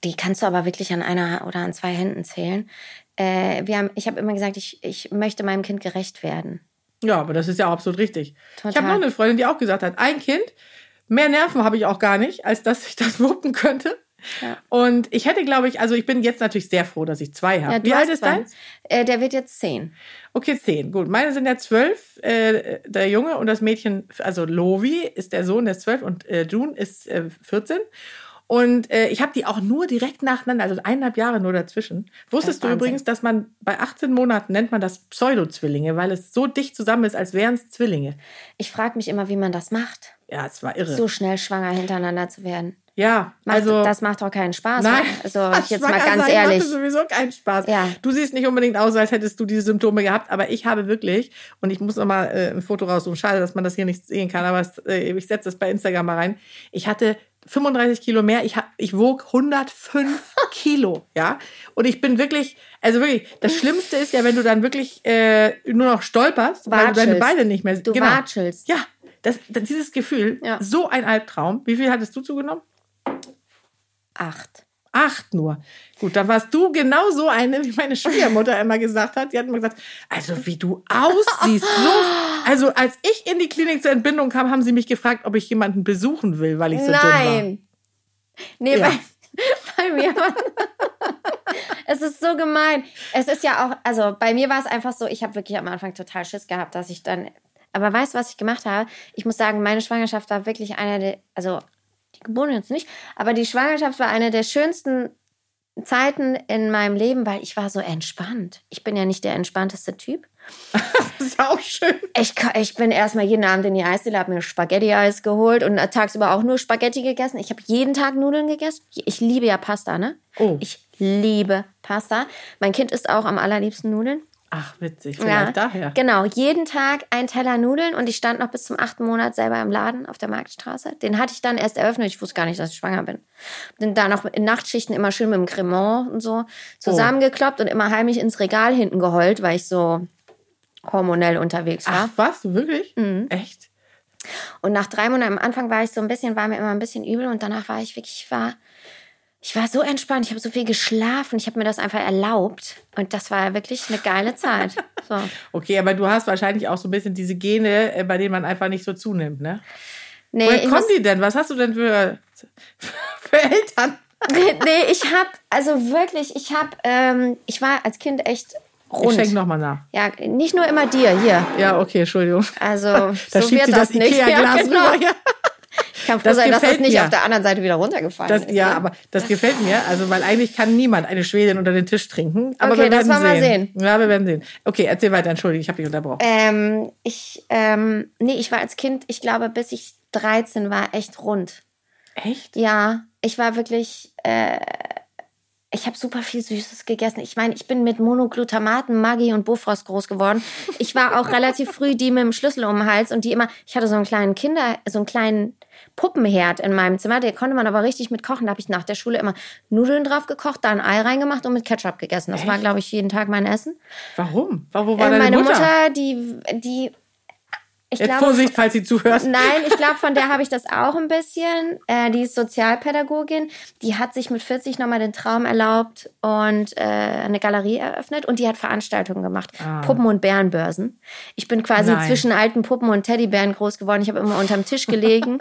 B: Die kannst du aber wirklich an einer oder an zwei Händen zählen. Äh, wir haben, ich habe immer gesagt, ich, ich möchte meinem Kind gerecht werden.
C: Ja, aber das ist ja auch absolut richtig. Ich
B: Total.
C: habe noch eine Freundin, die auch gesagt hat, ein Kind, mehr Nerven habe ich auch gar nicht, als dass ich das <laughs> wuppen könnte.
B: Ja.
C: Und ich hätte, glaube ich, also ich bin jetzt natürlich sehr froh, dass ich zwei habe.
B: Ja, du
C: Wie alt
B: hast
C: ist
B: zwei.
C: deins?
B: Äh, der wird jetzt zehn.
C: Okay, zehn. Gut, meine sind ja zwölf. Äh, der Junge und das Mädchen, also Lovi ist der Sohn, der ist zwölf und äh, June ist äh, 14. Und äh, ich habe die auch nur direkt nacheinander, also eineinhalb Jahre nur dazwischen. Wusstest du
B: Wahnsinn.
C: übrigens, dass man bei 18 Monaten nennt man das Pseudo-Zwillinge, weil es so dicht zusammen ist, als wären es Zwillinge.
B: Ich frage mich immer, wie man das macht,
C: Ja, es war irre.
B: so schnell schwanger hintereinander zu werden.
C: ja,
B: Macht,
C: also
B: das macht doch keinen Spaß.
C: Nein,
B: Also
C: <laughs> das
B: jetzt
C: war
B: mal ganz
C: also,
B: ehrlich.
C: Ich machte sowieso keinen Spaß.
B: Ja.
C: Du siehst nicht unbedingt aus, als hättest du diese Symptome gehabt, aber ich habe wirklich, und ich muss nochmal äh, ein Foto raussuchen, schade, dass man das hier nicht sehen kann, aber es, äh, ich setze das bei Instagram mal rein. Ich hatte 35 Kilo mehr, ich, hab, ich
B: <laughs>
C: wog 105 Kilo, ja. Und ich bin wirklich, also wirklich, das Schlimmste ist ja, wenn du dann wirklich äh, nur noch stolperst, weil du deine
B: Watschelst.
C: Beine nicht mehr genau.
B: Du watschelst.
C: Ja, das, das, dieses Gefühl,
B: Ja.
C: so ein Albtraum. Wie viel hattest du zugenommen?
B: Acht.
C: Acht nur. Gut, dann warst du genau so eine, wie meine Schwiegermutter <laughs> immer gesagt hat. Die hat immer gesagt, also wie du aussiehst.
B: <laughs>
C: So, also als ich in die Klinik zur Entbindung kam, haben sie mich gefragt, ob ich jemanden besuchen will, weil ich so dünn war.
B: Nein. Nee,
C: Ja.
B: <laughs> bei, bei mir war <laughs> es ist so gemein. Es ist ja auch, also bei mir war es einfach so, ich habe wirklich am Anfang total Schiss gehabt, dass ich dann. Aber weißt du, was ich gemacht habe? Ich muss sagen, meine Schwangerschaft war wirklich eine der, also die Geburt jetzt nicht, aber die Schwangerschaft war eine der schönsten Zeiten in meinem Leben, weil ich war so entspannt. Ich bin ja nicht der entspannteste Typ.
C: Das ist ja auch schön.
B: Ich, ka- ich bin erstmal jeden Abend in die Eisdiele, habe mir Spaghetti-Eis geholt und äh, tagsüber auch nur Spaghetti gegessen. Ich habe jeden Tag Nudeln gegessen. Ich liebe ja Pasta, ne?
C: Oh.
B: Ich liebe Pasta. Mein Kind isst auch am allerliebsten Nudeln.
C: Ach, witzig. Vielleicht daher.
B: Genau, jeden Tag ein Teller Nudeln und ich stand noch bis zum achten Monat selber im Laden auf der Marktstraße. Den hatte ich dann erst eröffnet. Ich wusste gar nicht, dass ich schwanger bin. Bin da noch in Nachtschichten immer schön mit dem Cremant und
C: Oh.
B: so zusammengekloppt und immer heimlich ins Regal hinten geheult, weil ich so hormonell unterwegs war.
C: Ach, was? Du wirklich?
B: Mhm.
C: Echt?
B: Und nach drei Monaten am Anfang war ich so ein bisschen, war mir immer ein bisschen übel und danach war ich wirklich, ich war, ich war so entspannt, ich habe so viel geschlafen, ich habe mir das einfach erlaubt und das war wirklich eine geile Zeit.
C: <laughs>
B: So.
C: Okay, aber du hast wahrscheinlich auch so ein bisschen diese Gene, äh, bei denen man einfach nicht so zunimmt, ne?
B: Nee,
C: Woher
B: Äh, ich
C: kommen
B: muss, <laughs>
C: die denn? Was hast du denn für, <laughs> für Eltern?
B: nee, ich habe, also wirklich, ich habe, ähm, ich war als Kind echt
C: Ich schenk
B: rund.
C: nochmal nach.
B: Ja, nicht nur immer dir hier.
C: Ja, okay, Entschuldigung.
B: Also,
C: <laughs> Da
B: so
C: schiebt
B: wird
C: sie
B: das,
C: das
B: nicht. <laughs>
C: Ikea-Glas
B: genau.
C: rüber. Ja.
B: Ich kann froh
C: Das
B: sein, dass das
C: gefällt
B: nicht
C: mir.
B: auf der anderen Seite wieder runtergefallen
C: Das,
B: ist.
C: ja,
B: ne?
C: aber das gefällt mir. Also, weil eigentlich kann niemand eine Schwedin unter den Tisch trinken. Aber
B: Okay,
C: wir
B: das
C: werden
B: wollen wir
C: sehen. Ja, wir werden sehen. Okay, erzähl weiter. Entschuldigung, ich habe dich unterbrochen.
B: Ähm, ich, ähm, nee, ich war als Kind, ich glaube, bis ich 13 war, echt rund. Äh,
C: Echt?
B: Ja, ich war wirklich, äh, ich habe super viel Süßes gegessen. Ich meine, ich bin mit Monoglutamaten, Maggi und Bofrost groß geworden. Ich war auch relativ früh die mit dem Schlüssel um den Hals und die immer, ich hatte so einen kleinen Kinder, so einen kleinen Puppenherd in meinem Zimmer, der konnte man aber richtig mit kochen. Da habe ich nach der Schule immer Nudeln drauf gekocht, da ein Ei reingemacht und mit Ketchup gegessen. Das war,
C: Echt?
B: glaube ich, jeden Tag mein Essen.
C: Warum? Wa- Wo war
B: Äh,
C: deine
B: meine
C: Mutter? Äh,
B: die, die, ich äh,
C: Jetzt
B: glaube,
C: Vorsicht, falls sie zuhört.
B: Nein, ich glaube, von der habe ich das auch ein bisschen. Äh, die ist Sozialpädagogin. Die hat sich mit 40 nochmal den Traum erlaubt und äh, eine Galerie eröffnet und die hat Veranstaltungen gemacht. Puppen- und Bärenbörsen. Ich bin quasi
C: Ah. Nein.
B: zwischen alten Puppen und Teddybären groß geworden. Ich habe immer unterm Tisch
C: <laughs>
B: gelegen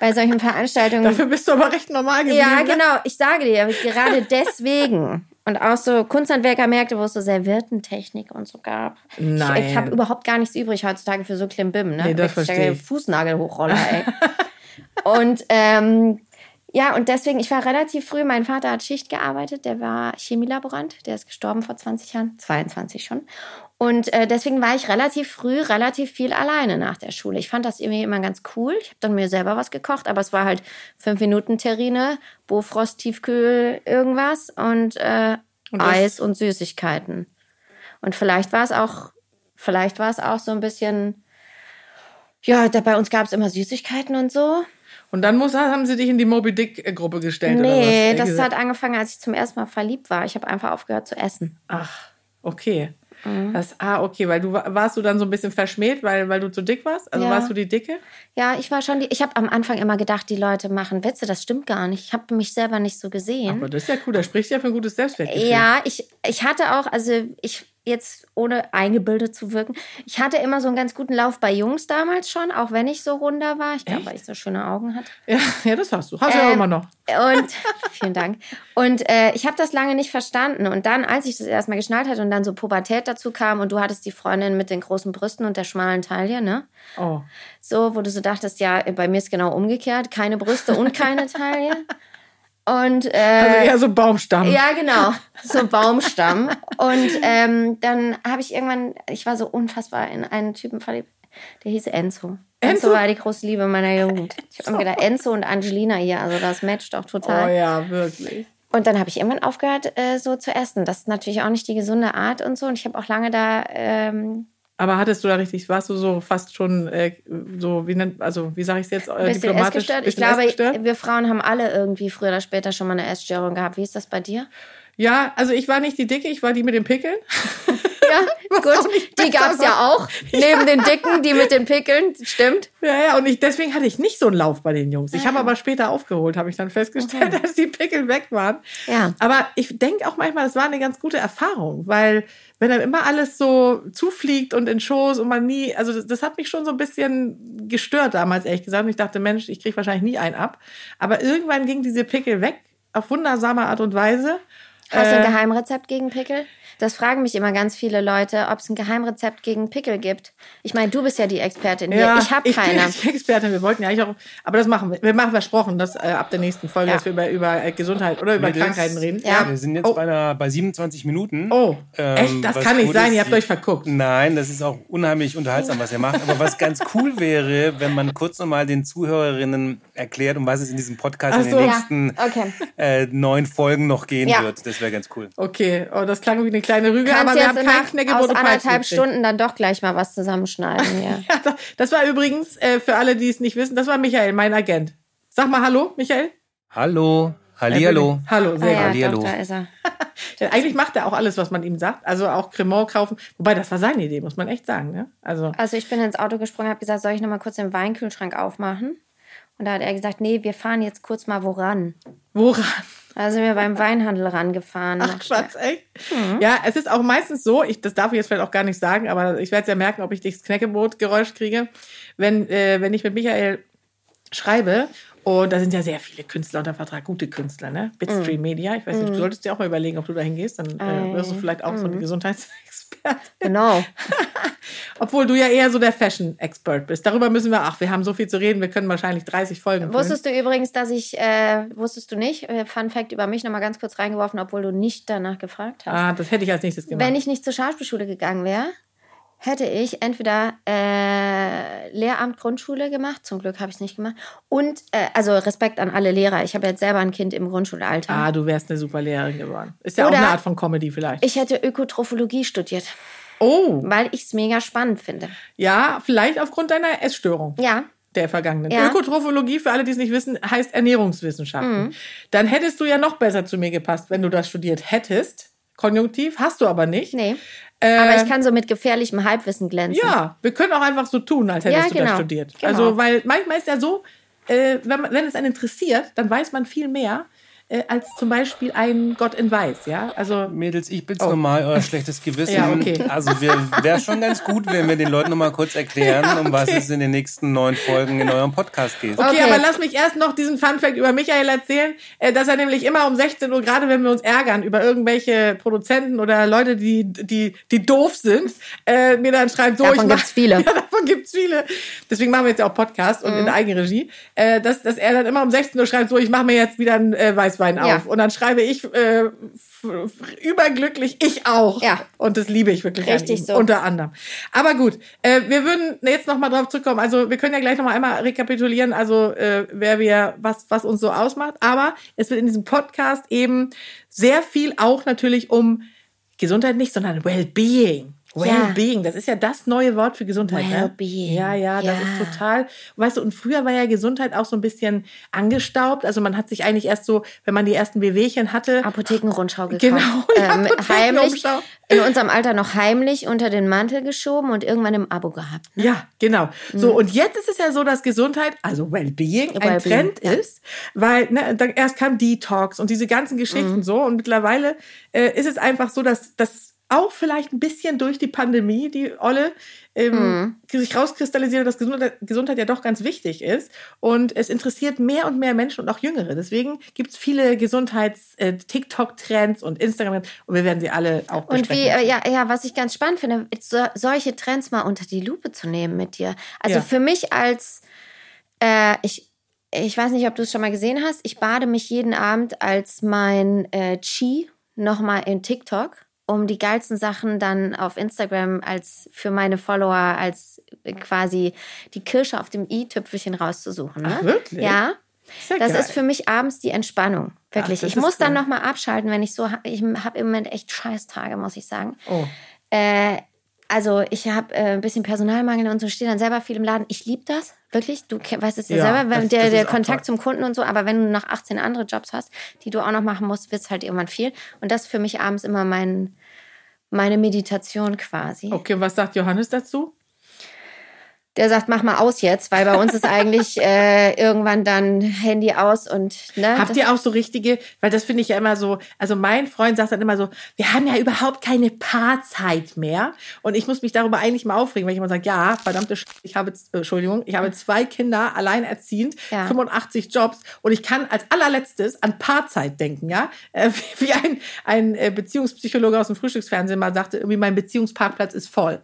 B: bei solchen Veranstaltungen.
C: Dafür bist du aber recht normal geblieben.
B: Ja,
C: ne?
B: genau. Ich sage dir,
C: <laughs>
B: gerade deswegen. Und auch so Kunsthandwerkermärkte, wo es so Serviertentechnik und so gab.
C: Nein.
B: Ich, ich habe überhaupt gar nichts übrig heutzutage für so Klimbim. Ne?
C: Nee, das
B: Ich sage,
C: verstehe ich.
B: Fußnagelhochroller, ey. und ähm, ja, und deswegen, ich war relativ früh, mein Vater hat Schicht gearbeitet, der war Chemielaborant, der ist gestorben vor 20 Jahren, 22 schon. Und äh, deswegen war ich relativ früh relativ viel alleine nach der Schule. Ich fand das irgendwie immer ganz cool. Ich habe dann mir selber was gekocht, aber es war halt 5 Minuten Terrine, Bofrost, Tiefkühl, irgendwas und, äh,
C: das-
B: Eis und Süßigkeiten. Und vielleicht war es auch Vielleicht war es auch so ein bisschen, ja, da bei uns gab es immer Süßigkeiten und so.
C: Und dann muss, haben sie dich in die Moby Dick-Gruppe gestellt, oder was?
B: Nee,
C: Ehrlich
B: das
C: gesagt.
B: hat angefangen, als ich zum ersten Mal verliebt war. Ich habe einfach aufgehört zu essen.
C: Ach, okay.
B: Mhm.
C: Das, ah, okay, weil du wa- warst du dann so ein bisschen verschmäht, weil, weil du zu dick warst? Also
B: Ja.
C: warst du die Dicke?
B: Ja, ich war schon die. Ich habe am Anfang immer gedacht, die Leute machen Witze. Das stimmt gar nicht. Ich habe mich selber nicht so gesehen.
C: Aber das ist ja cool, das spricht ja für ein gutes Selbstwertgefühl.
B: Ja, ich, ich hatte auch, also ich jetzt ohne eingebildet zu wirken, ich hatte immer so einen ganz guten Lauf bei Jungs damals schon, auch wenn ich so runder war. Ich glaube, weil ich so schöne Augen hatte.
C: Ja, <laughs> ja, das hast du. Hast du ja
B: Ähm,
C: immer noch. <laughs>
B: Und vielen Dank. Und äh, ich habe das lange nicht verstanden. Und dann, als ich das erstmal geschnallt hatte und dann so Pubertät dazu kam und du hattest die Freundin mit den großen Brüsten und der schmalen Taille, ne?
C: Oh.
B: So, wo du so dachtest, ja, bei mir ist genau umgekehrt, keine Brüste und
C: <laughs>
B: keine Taille. Und äh,
C: Also eher so Baumstamm.
B: ja, genau. So ein Baumstamm. Und ähm, dann habe ich irgendwann, ich war so unfassbar in einen Typen verliebt, der hieß Enzo. Enzo,
C: Enzo?
B: war die große Liebe meiner Jugend. Ich habe mir gedacht, Enzo und Angelina hier, also das matcht doch
C: Oh
B: total.
C: ja, wirklich.
B: Und dann habe ich irgendwann aufgehört, äh, so zu essen. Das ist natürlich auch nicht die gesunde Art und so. Und ich habe auch lange da, ähm,
C: Aber hattest du da richtig, warst du so fast schon äh, so, wie nennt, also wie sage ich es jetzt, äh,
B: bisschen
C: diplomatisch?
B: essgestört. Ich
C: bisschen
B: glaube,
C: essgestört?
B: wir Frauen haben alle irgendwie früher oder später schon mal eine Essstörung gehabt. Wie ist das bei
C: <laughs>
B: dir?
C: Ja, also ich war nicht die Dicke, ich war die mit den Pickeln. <laughs>
B: Ja, gut. Die gab es ja auch. Neben den Dicken, die mit den Pickeln. Stimmt.
C: Ja, ja, und ich, deswegen hatte ich nicht so einen Lauf bei den Jungs. Ich habe aber später aufgeholt, habe ich dann festgestellt, <laughs> dass die Pickel weg waren.
B: Ja.
C: Aber ich denke auch manchmal, das war eine ganz gute Erfahrung, weil wenn einem immer alles so zufliegt und in Shows und man nie, also das, das hat mich schon so ein bisschen gestört damals, ehrlich gesagt. Und ich dachte, Mensch, ich kriege wahrscheinlich nie einen ab. Aber irgendwann ging diese Pickel weg, auf wundersame Art und Weise.
B: Hast du
C: Äh,
B: ein Geheimrezept gegen Pickel? Das fragen mich immer ganz viele Leute, ob es ein Geheimrezept gegen Pickel gibt. Ich meine, du bist ja die Expertin hier. ich habe
C: bin <laughs>
B: keine.
C: jetzt die Expertin. Wir wollten ja eigentlich auch, aber das machen wir. Wir machen versprochen, dass äh, ab der nächsten Folge,
B: Ja.
C: dass wir über, über äh, Gesundheit oder über
E: Mädels?
C: Krankheiten reden.
B: Ja.
E: Wir sind jetzt
C: Oh.
E: beinahe bei 27 Minuten. Ähm,
C: Oh, echt? Das
E: was
C: kann nicht
E: gut
C: sein,
E: ist,
C: ihr habt
E: die-
C: euch verguckt.
E: Nein, das ist auch unheimlich unterhaltsam, was ihr macht. Aber was ganz cool wäre, wenn man kurz nochmal den Zuhörerinnen erklärt, um was es in diesem Podcast
C: Ach
E: in
C: so.
E: den
C: Ja,
E: nächsten
B: okay.
E: äh, neun Folgen noch gehen
B: Ja.
E: wird. Das wäre ganz cool.
C: Okay, oh, das klang wie eine kleine Rüge,
B: Kannst
C: aber wir
B: jetzt
C: haben keinen
B: in einer,
C: Knäckebrot
B: aus
C: und Peitschen
B: anderthalb
C: gekriegt.
B: Stunden dann doch gleich mal was zusammenschneiden. Ja.
C: <laughs> Ja, da- das war übrigens, äh, für alle, die es nicht wissen, das war Michael, mein Agent. Sag mal Hallo, Michael.
E: Hallo, Hallihallo.
C: Hallo,
B: Ah,
C: sehr
B: ja,
C: gut.
E: Hallihallo.
B: doch, da ist er.
C: Denn eigentlich macht er auch alles, was man ihm sagt. Also auch Cremant kaufen. Wobei, das war seine Idee, muss man echt sagen. Ne? Also,
B: Also ich bin ins Auto gesprungen, habe gesagt, soll ich noch mal kurz den Weinkühlschrank aufmachen? Und da hat er gesagt, nee, wir fahren jetzt kurz mal woran.
C: woran?
B: Da sind wir beim Weinhandel rangefahren.
C: Ach, Quatsch, echt?
B: Mhm.
C: Ja, es ist auch meistens so, ich, das darf ich jetzt vielleicht auch gar nicht sagen, aber ich werde es ja merken, ob ich das Knäckebrot-Geräusch kriege, wenn, äh, wenn ich mit Michael schreibe. Und da sind ja sehr viele Künstler unter Vertrag, gute Künstler, ne?
B: Mhm.
C: Bitstream Media. Ich weiß nicht, du solltest dir auch mal überlegen, ob du da hingehst. Dann äh, wirst du vielleicht auch
B: Mhm.
C: so eine Gesundheitsexpertin. <laughs>
B: Genau.
C: Obwohl du ja eher so der Fashion-Expert bist. Darüber müssen wir, ach, wir haben so viel zu reden, wir können wahrscheinlich 30 Folgen. füllen.
B: Wusstest du übrigens, dass ich, äh, wusstest du nicht, äh, Fun Fact über mich nochmal ganz kurz reingeworfen, obwohl du nicht danach gefragt hast.
C: Ah, das hätte ich als nächstes gemacht.
B: Wenn ich nicht zur Schauspielschule gegangen wäre, hätte ich entweder äh, Lehramt Grundschule gemacht, zum Glück habe ich es nicht gemacht, und, äh, also Respekt an alle Lehrer, ich habe jetzt selber ein Kind im Grundschulalter.
C: ah, du wärst eine super Lehrerin geworden. Ist ja
B: Oder-
C: auch eine Art von Comedy vielleicht.
B: Ich hätte Ökotrophologie studiert,
C: oh,
B: weil ich es mega spannend finde.
C: Ja, vielleicht aufgrund deiner Essstörung
B: Ja,
C: der vergangenen.
B: Ja.
C: Ökotrophologie, für alle, die es nicht wissen, heißt
B: Mhm.
C: Ernährungswissenschaften. Dann hättest du ja noch besser zu mir gepasst, wenn du das studiert hättest. Konjunktiv hast du aber nicht.
B: nee.
C: Äh,
B: Aber ich kann so mit gefährlichem Halbwissen glänzen.
C: ja, wir können auch einfach so tun, als hättest
B: Ja,
C: du das
B: genau.
C: studiert.
B: Genau.
C: Also, weil manchmal ist ja so, äh, wenn, man, wenn es einen interessiert, dann weiß man viel mehr äh, als zum Beispiel ein Gott in Weiß, ja? Also,
E: Mädels, ich bin's nochmal, euer schlechtes Gewissen.
C: Ja, okay.
E: Also wäre schon ganz gut, wenn wir den Leuten nochmal kurz erklären, um was es in den nächsten neun Folgen in eurem Podcast geht.
C: Okay,
B: Okay.
C: aber lass mich erst noch diesen Funfact über Michael erzählen, äh, dass er nämlich immer um 16 Uhr, gerade wenn wir uns ärgern über irgendwelche Produzenten oder Leute, die, die, die doof sind, äh, mir dann schreibt, so
B: Davon
C: ich mach- <laughs>
B: gibt's viele.
C: Ja, davon gibt's viele. Deswegen machen wir jetzt ja auch Podcast und in
B: Mhm.
C: der Eigenregie, äh, dass, dass er dann immer um 16 Uhr schreibt, so ich mache mir jetzt wieder einen äh, Weißwein
B: Ja.
C: auf. Und dann schreibe ich äh, f- f- überglücklich, ich auch.
B: Ja.
C: Und das liebe ich wirklich.
B: Richtig
C: an ihm,
B: so.
C: Unter anderem. Aber gut, äh, wir würden jetzt nochmal drauf zurückkommen. Also wir können ja gleich nochmal einmal rekapitulieren, also äh, wer wir, was, was uns so ausmacht. Aber es wird in diesem Podcast eben sehr viel auch natürlich um Gesundheit nicht, sondern Wellbeing. Wellbeing, das ist ja das neue Wort für Gesundheit.
B: Wellbeing.
C: Ne? Ja, ja, das
B: Ja.
C: ist total. Weißt du, und früher war ja Gesundheit auch so ein bisschen angestaubt. Also man hat sich eigentlich erst so, wenn man die ersten Wehwehchen hatte,
B: Apothekenrundschau gekauft.
C: Genau, ja,
B: ähm, heimlich,
C: Apothekenrundschau.
B: in unserem Alter noch heimlich unter den Mantel geschoben und irgendwann im Abo gehabt.
C: Ja, genau. So, und jetzt ist es ja so, dass Gesundheit, also Wellbeing, ein
B: Mhm. Wellbeing,
C: Trend ist, weil ne, dann erst kam Detox und diese ganzen
B: Mhm.
C: Geschichten so. Und mittlerweile äh, ist es einfach so, dass das auch vielleicht ein bisschen durch die Pandemie, die Olle,
B: Mhm.
C: ähm, sich rauskristallisiert, dass Gesundheit, Gesundheit ja doch ganz wichtig ist. Und es interessiert mehr und mehr Menschen und auch Jüngere. Deswegen gibt es viele Gesundheits-TikTok-Trends und Instagram-Trends. Und wir werden sie alle auch
B: Und
C: besprechen.
B: wie, äh, ja, ja, was ich ganz spannend finde, ist so, solche Trends mal unter die Lupe zu nehmen mit dir. Also
C: Ja.
B: für mich als, äh, ich, ich weiß nicht, ob du es schon mal gesehen hast, ich bade mich jeden Abend als mein äh, Chi nochmal in TikTok, um die geilsten Sachen dann auf Instagram als für meine Follower als äh, quasi die Kirsche auf dem i-Tüpfelchen rauszusuchen. Ne?
C: Ach, wirklich?
B: Ja.
C: Ist ja
B: das
C: geil.
B: ist für mich abends die Entspannung. Wirklich.
C: das
B: ich
C: ist
B: muss dann
C: cool.
B: noch mal abschalten, wenn ich so ha- ich habe im Moment echt Scheißtage, muss ich sagen.
C: Oh.
B: Äh, also ich habe äh, ein bisschen Personalmangel und so stehe dann selber viel im Laden. Ich liebe das, wirklich. Du ke- weißt es ja,
C: Ja,
B: selber, wenn
C: das-
B: der,
C: das
B: der
C: ist auch
B: Kontakt
C: toll.
B: zum Kunden und so, aber wenn du noch 18 andere Jobs hast, die du auch noch machen musst, wird es halt irgendwann viel. Und das ist für mich abends immer mein, meine Meditation quasi.
C: Okay, und was sagt Johannes dazu?
B: Der sagt, mach mal aus jetzt, weil bei uns ist eigentlich äh, irgendwann dann Handy aus und ne,
C: Habt
B: das-
C: ihr auch so richtige, weil das finde ich ja immer so, also mein Freund sagt dann immer so, wir haben ja überhaupt keine Paarzeit mehr und ich muss mich darüber eigentlich mal aufregen, weil ich immer sage, ja, verdammte Sch ich habe, z- äh, Entschuldigung, ich habe zwei Kinder, alleinerziehend,
B: Ja.
C: 85 Jobs und ich kann als allerletztes an Paarzeit denken, ja, Äh, <laughs> wie ein, ein äh, Beziehungspsychologe aus dem Frühstücksfernsehen mal sagte, irgendwie mein Beziehungsparkplatz ist voll.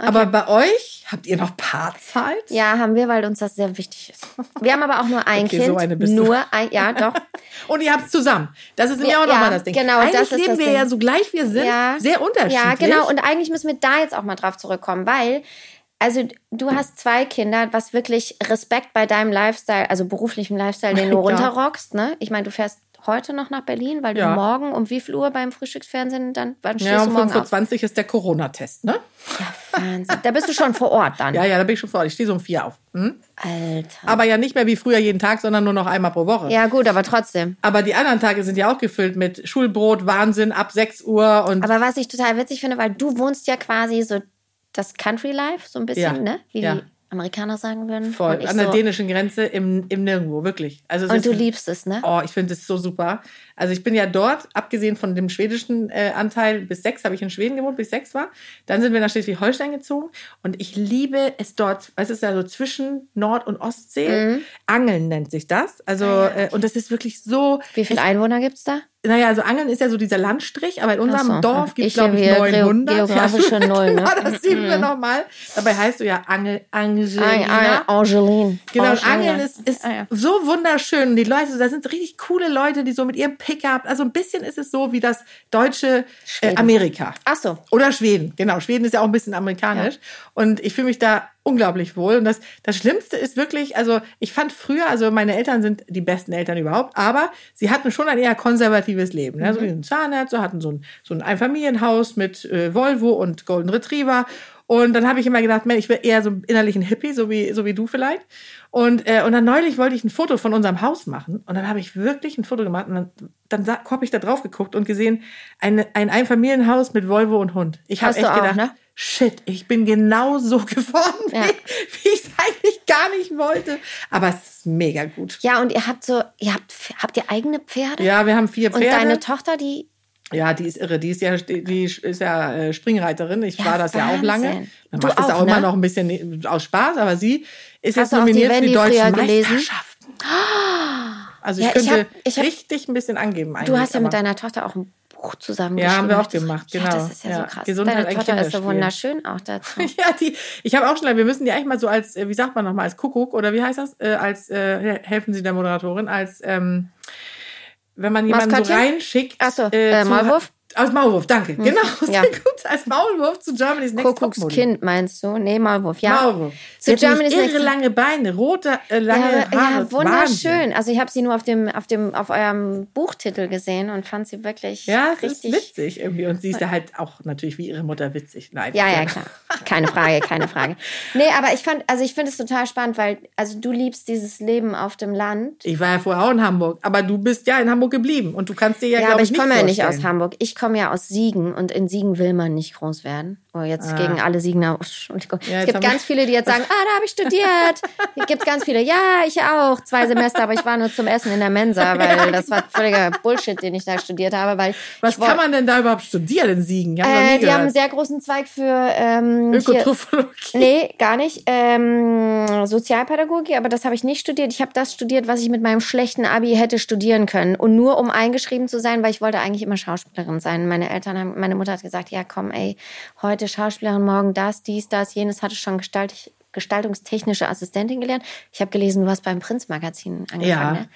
C: Aber bei euch, habt ihr noch Paarzeit?
B: Ja, haben wir, weil uns das sehr wichtig ist. Wir haben aber auch nur ein
C: Okay,
B: Kind.
C: so eine bist du.
B: nur ein, ja, doch.
C: Und ihr habt es zusammen. Das ist
B: Ja,
C: ja auch
B: ja,
C: nochmal das Ding.
B: genau,
C: Eigentlich
B: das ist
C: leben
B: das
C: wir
B: Ding.
C: ja so gleich wir <laughs> sind,
B: ja.
C: sehr unterschiedlich.
B: Ja, genau. Und eigentlich müssen wir da jetzt auch mal drauf zurückkommen, weil, also du hast zwei Kinder, was wirklich Respekt bei deinem Lifestyle, also beruflichem Lifestyle,
C: <laughs>
B: den du
C: Ja.
B: runterrockst, ne? Ich meine, du fährst heute noch nach Berlin, weil du
C: Ja.
B: morgen um wie viel Uhr beim Frühstücksfernsehen dann, wann stehst
C: ja,
B: du
C: um
B: morgen auf?
C: 5.20 Uhr ist der Corona-Test, ne?
B: Wahnsinn. Da bist du schon vor Ort dann.
C: <laughs> Ja, ja, da bin ich schon vor. Ich stehe so um vier auf. Hm?
B: Alter.
C: Aber ja nicht mehr wie früher jeden Tag, sondern nur noch einmal pro Woche.
B: Ja, gut, aber trotzdem.
C: Aber die anderen Tage sind ja auch gefüllt mit Schulbrot, Wahnsinn, ab 6 Uhr und
B: Aber was ich total witzig finde, weil du wohnst ja quasi so das Country Life, so ein bisschen,
C: Ja,
B: ne? Wie
C: ja.
B: die Amerikaner sagen würden. Und
C: voll.
B: ich
C: An der
B: so,
C: dänischen Grenze im, im Nirgendwo, wirklich. Also es
B: und
C: ist
B: du liebst es, ne?
C: Oh, ich finde es so super. Also ich bin ja dort, abgesehen von dem schwedischen äh, Anteil, bis sechs habe ich in Schweden gewohnt, bis ich sechs war. Dann sind wir nach Schleswig-Holstein gezogen und ich liebe es dort. Es ist ja so zwischen Nord- und Ostsee. Angeln nennt sich das. Also
B: Mhm. Ah, ja.
C: äh, und das ist wirklich so.
B: Wie viele Einwohner gibt's da?
C: Naja, also Angeln ist ja so dieser Landstrich, aber in unserem
B: Ach so.
C: Dorf gibt es
B: Ich
C: glaube ich
B: hier geo-
C: 900. <laughs>
B: geografische
C: ja,
B: Null, ne?
C: genau, das sehen wir nochmal. Dabei heißt du ja Angel, Angelina.
B: Ein, ein Angeline.
C: Genau, und
B: Angelina.
C: Angeln ist, ist
B: Ah, ja.
C: so wunderschön. Und die Leute, da sind richtig coole Leute, die so mit ihrem Pickup, also ein bisschen ist es so wie das deutsche äh,
B: Schweden.
C: Amerika.
B: Ach so.
C: Oder Schweden, genau. Schweden ist ja auch ein bisschen amerikanisch. Und ich fühle mich da unglaublich wohl. Und das, das Schlimmste ist wirklich, also ich fand früher, also meine Eltern sind die besten Eltern überhaupt, aber sie hatten schon ein eher konservatives Leben.
B: Mhm.
C: Ne? So diesen Zahnarzt, so hatten so ein, so ein Einfamilienhaus mit äh, Volvo und Golden Retriever. Und dann habe ich immer gedacht, Mensch, ich will eher so einen innerlichen Hippie, so wie, so wie du vielleicht. Und, äh, und dann neulich wollte ich ein Foto von unserem Haus machen. Und dann habe ich wirklich ein Foto gemacht. Und dann, dann habe ich da drauf geguckt und gesehen, eine, ein Einfamilienhaus mit Volvo und Hund. Ich habe
B: Hast
C: echt
B: du auch,
C: gedacht,
B: ne?
C: shit, ich bin genau so <laughs> geworden,
B: Ja.
C: wie, wie ich es eigentlich gar nicht wollte. Aber es ist mega gut.
B: Ja, und ihr habt so, ihr habt, habt ihr eigene Pferde?
C: Ja, wir haben vier
B: Und
C: Pferde.
B: deine Tochter, die
C: Ja, die ist irre. Die ist ja, die ist ja äh, Springreiterin. Ich
B: Ja,
C: war das ja auch
B: Wahnsinn.
C: lange. Man
B: Du
C: macht das
B: auch,
C: auch immer
B: ne?
C: noch ein bisschen äh, aus Spaß, aber sie ist
B: Hast
C: jetzt
B: du auch die
C: nominiert für die
B: Wendy früher
C: deutschen
B: gelesen?
C: Meisterschaften. Also ich
B: Ja, ich
C: könnte
B: hab- ich hab-
C: richtig ein bisschen angeben.
B: Du
C: eigentlich,
B: hast ja mit
C: aber-
B: deiner Tochter auch ein Buch zusammen
C: Ja, haben wir auch gemacht,
B: Ja,
C: genau.
B: das ist ja, so
C: Ja,
B: krass.
C: Gesundheit
B: Deine
C: ein
B: Tochter ist so
C: Kinderspiel.
B: wunderschön auch dazu.
C: Ja, die, <laughs> ich habe auch schon, wir müssen die eigentlich mal so als, äh, wie sagt man nochmal, als Kuckuck oder wie heißt das? Äh, als, äh, helfen Sie der Moderatorin, als, ähm, wenn man jemanden so
B: Maskottchen?
C: reinschickt.
B: Ach so,
C: äh,
B: äh,
C: zu-
B: Maulwurf? Hm,
C: Als Maulwurf, danke. Genau, <laughs> sehr
B: ja.
C: gut. Als Maulwurf zu Germany's Next Topmodel.
B: Kuckuckskind meinst du? Nee, Maulwurf. Ja.
C: Maulwurf.
B: Zu
C: Die hat nämlich
B: Germany's Next
C: irre lange Beine, rote äh, lange
B: Ja,
C: Haare.
B: ja, wunderschön. Also ich habe sie nur auf dem, auf dem, auf eurem Buchtitel gesehen und fand sie wirklich
C: Ja, es ist
B: richtig.
C: witzig irgendwie. Und sie ist ja halt auch natürlich wie ihre Mutter witzig. Nein.
B: Ja, ja,
C: Gerne.
B: klar. Keine Frage, keine
C: <laughs>
B: Frage. Nee, aber ich fand, also ich finde es total spannend, weil, also du liebst dieses Leben auf dem Land.
C: Ich war ja vorher auch in Hamburg, aber du bist ja in Hamburg geblieben und du kannst dir
B: Ja,
C: ja, glaub
B: aber ich
C: nicht
B: komme ja nicht aus
C: vorstellen.
B: Hamburg. Ich komme ja aus Siegen und in Siegen will man nicht groß werden. Oh, jetzt gegen alle Siegener. <laughs> Entschuldigung.
C: Ah. Ja, jetzt
B: es gibt
C: haben wir-
B: ganz viele, die
C: <laughs>
B: jetzt sagen, ah, da habe ich studiert. Hier gibt ganz viele, ja, ich auch. Zwei Semester, aber ich war nur zum Essen in der
C: <laughs>
B: Mensa, weil das war völliger Bullshit, den ich da studiert habe. Weil
C: genau. Was
B: ich
C: kann man denn da überhaupt studieren in Siegen? Ich hab noch
B: Äh,
C: nie
B: die haben einen
C: gehört.
B: sehr großen Zweig für ähm, hier-
C: Ökotrophologie.
B: Nee, gar nicht. Ähm, Sozialpädagogie, aber das habe ich nicht studiert. Ich habe das studiert, was ich mit meinem schlechten Abi hätte studieren können. Und nur um eingeschrieben zu sein, weil ich wollte eigentlich immer Schauspielerin sein. Meine Eltern haben, meine Mutter hat gesagt, ja komm, ey, heute Schauspielerin, morgen das, dies, das, jenes. Hatte schon gestalt, gestaltungstechnische Assistentin gelernt. Ich habe gelesen, du hast beim Prinz-Magazin angefangen.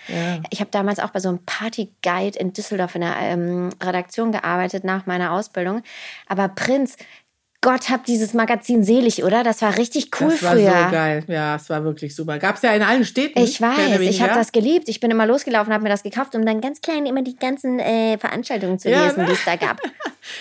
C: Ja,
B: ne?
C: ja.
B: Ich habe damals auch bei so einem Partyguide in Düsseldorf in der ähm, Redaktion gearbeitet nach meiner Ausbildung. Aber Prinz, Gott hab dieses Magazin selig, oder? Das war richtig cool
C: das war
B: früher.
C: so geil. Ja, es war wirklich super. Gab es ja in allen Städten.
B: Ich
C: mehr
B: weiß,
C: oder
B: ich habe
C: weniger.
B: das geliebt. Ich bin immer losgelaufen, habe mir das gekauft, um dann ganz klein immer die ganzen äh, Veranstaltungen zu
C: Ja,
B: lesen,
C: ne?
B: die es da gab.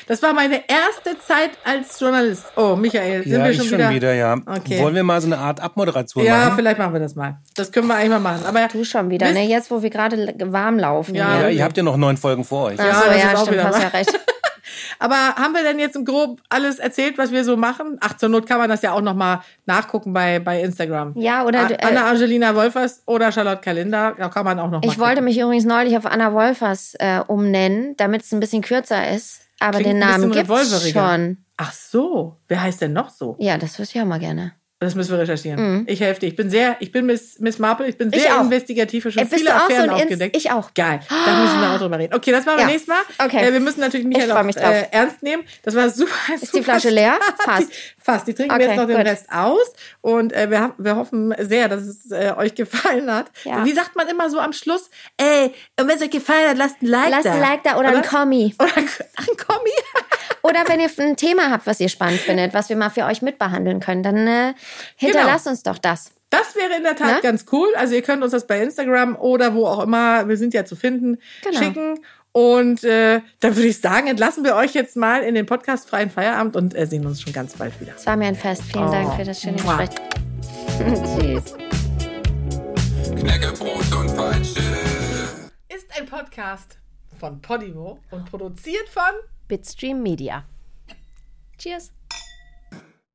C: Das war meine erste Zeit als Journalist. Oh, Michael, sind
E: ja,
C: wir
E: ich
C: schon
E: schon
C: wieder?
E: wieder, ja.
C: Okay.
E: Wollen wir mal so eine Art Abmoderation
C: ja,
E: machen?
C: vielleicht machen wir das mal. Das können wir eigentlich mal machen. Aber
B: Du schon wieder,
C: Mist.
B: ne? Jetzt, wo wir gerade l- warm laufen.
C: Ja.
B: hier.
E: Ja, ihr habt ja noch neun Folgen vor euch.
B: Ach so,
C: das
B: ja,
C: ist auch
B: stimmt,
C: wieder
B: hast
C: wahr.
B: ja
C: <laughs>
B: recht.
C: Aber haben wir denn jetzt im Grob alles erzählt, was wir so machen? Ach, zur Not kann man das ja auch nochmal nachgucken bei, bei Instagram.
B: Ja, oder
C: A-
B: du- äh,
C: Anna Angelina Wolfers oder Charlotte Kalender. Da kann man auch noch mal
B: Ich wollte
C: gucken.
B: mich übrigens neulich auf Anna Wolfers äh, umnennen, damit es ein bisschen kürzer ist. Aber
C: Klingt
B: den
C: ein
B: Namen
C: bisschen
B: gibt's
C: revolveriger.
B: schon.
C: Ach so, wer heißt denn noch so?
B: Ja, das wüsste ich auch mal gerne.
C: Das müssen wir recherchieren. Ich helfe dir. Ich bin sehr, ich bin Miss, Miss Marple, ich bin sehr
B: Mhm. auch.
C: investigativ, schon
B: Ey, bist
C: viele
B: du auch so
C: Affären
B: ein Inst-
C: aufgedeckt.
B: Ich auch.
C: Geil, da müssen wir auch drüber reden. Okay, das machen wir
B: Ja.
C: nächstes Mal.
B: Okay.
C: Äh, wir müssen natürlich Michael
B: Ich freu
C: auch
B: mich drauf.
C: äh, ernst nehmen. Das war super. <laughs> Ist super
B: Flasche leer?
C: Fast.
B: Fast.
C: Fast. Die trinken
B: Okay,
C: wir jetzt noch den
B: gut.
C: Rest aus. Und äh, wir, ha- wir hoffen sehr, dass es äh, euch gefallen hat.
B: Ja.
C: Wie sagt man immer so am Schluss? Ey, wenn es euch gefallen hat, lasst ein Like
B: Lasst
C: da.
B: ein Like da oder, ein Kommi.
C: <laughs> Oder ein
B: <laughs>
C: Kommi.
B: Oder wenn ihr ein Thema habt, was ihr spannend findet, was wir mal für euch mitbehandeln können, dann äh, hinterlasst uns doch das.
C: Das wäre in der Tat
B: Na?
C: ganz cool. Also ihr könnt uns das bei Instagram oder wo auch immer, wir sind ja zu finden,
B: Genau.
C: schicken. Und äh, dann würde ich sagen, entlassen wir euch jetzt mal in den Podcast Freien Feierabend und äh, sehen uns schon ganz bald wieder.
B: Es war mir ein Fest. Vielen Dank für das schöne
C: Mua.
B: Gespräch. <laughs> Tschüss.
A: Knäckebrot und Peitsche.
C: Ist ein Podcast von Podimo und produziert von
F: Bitstream Media.
B: Cheers.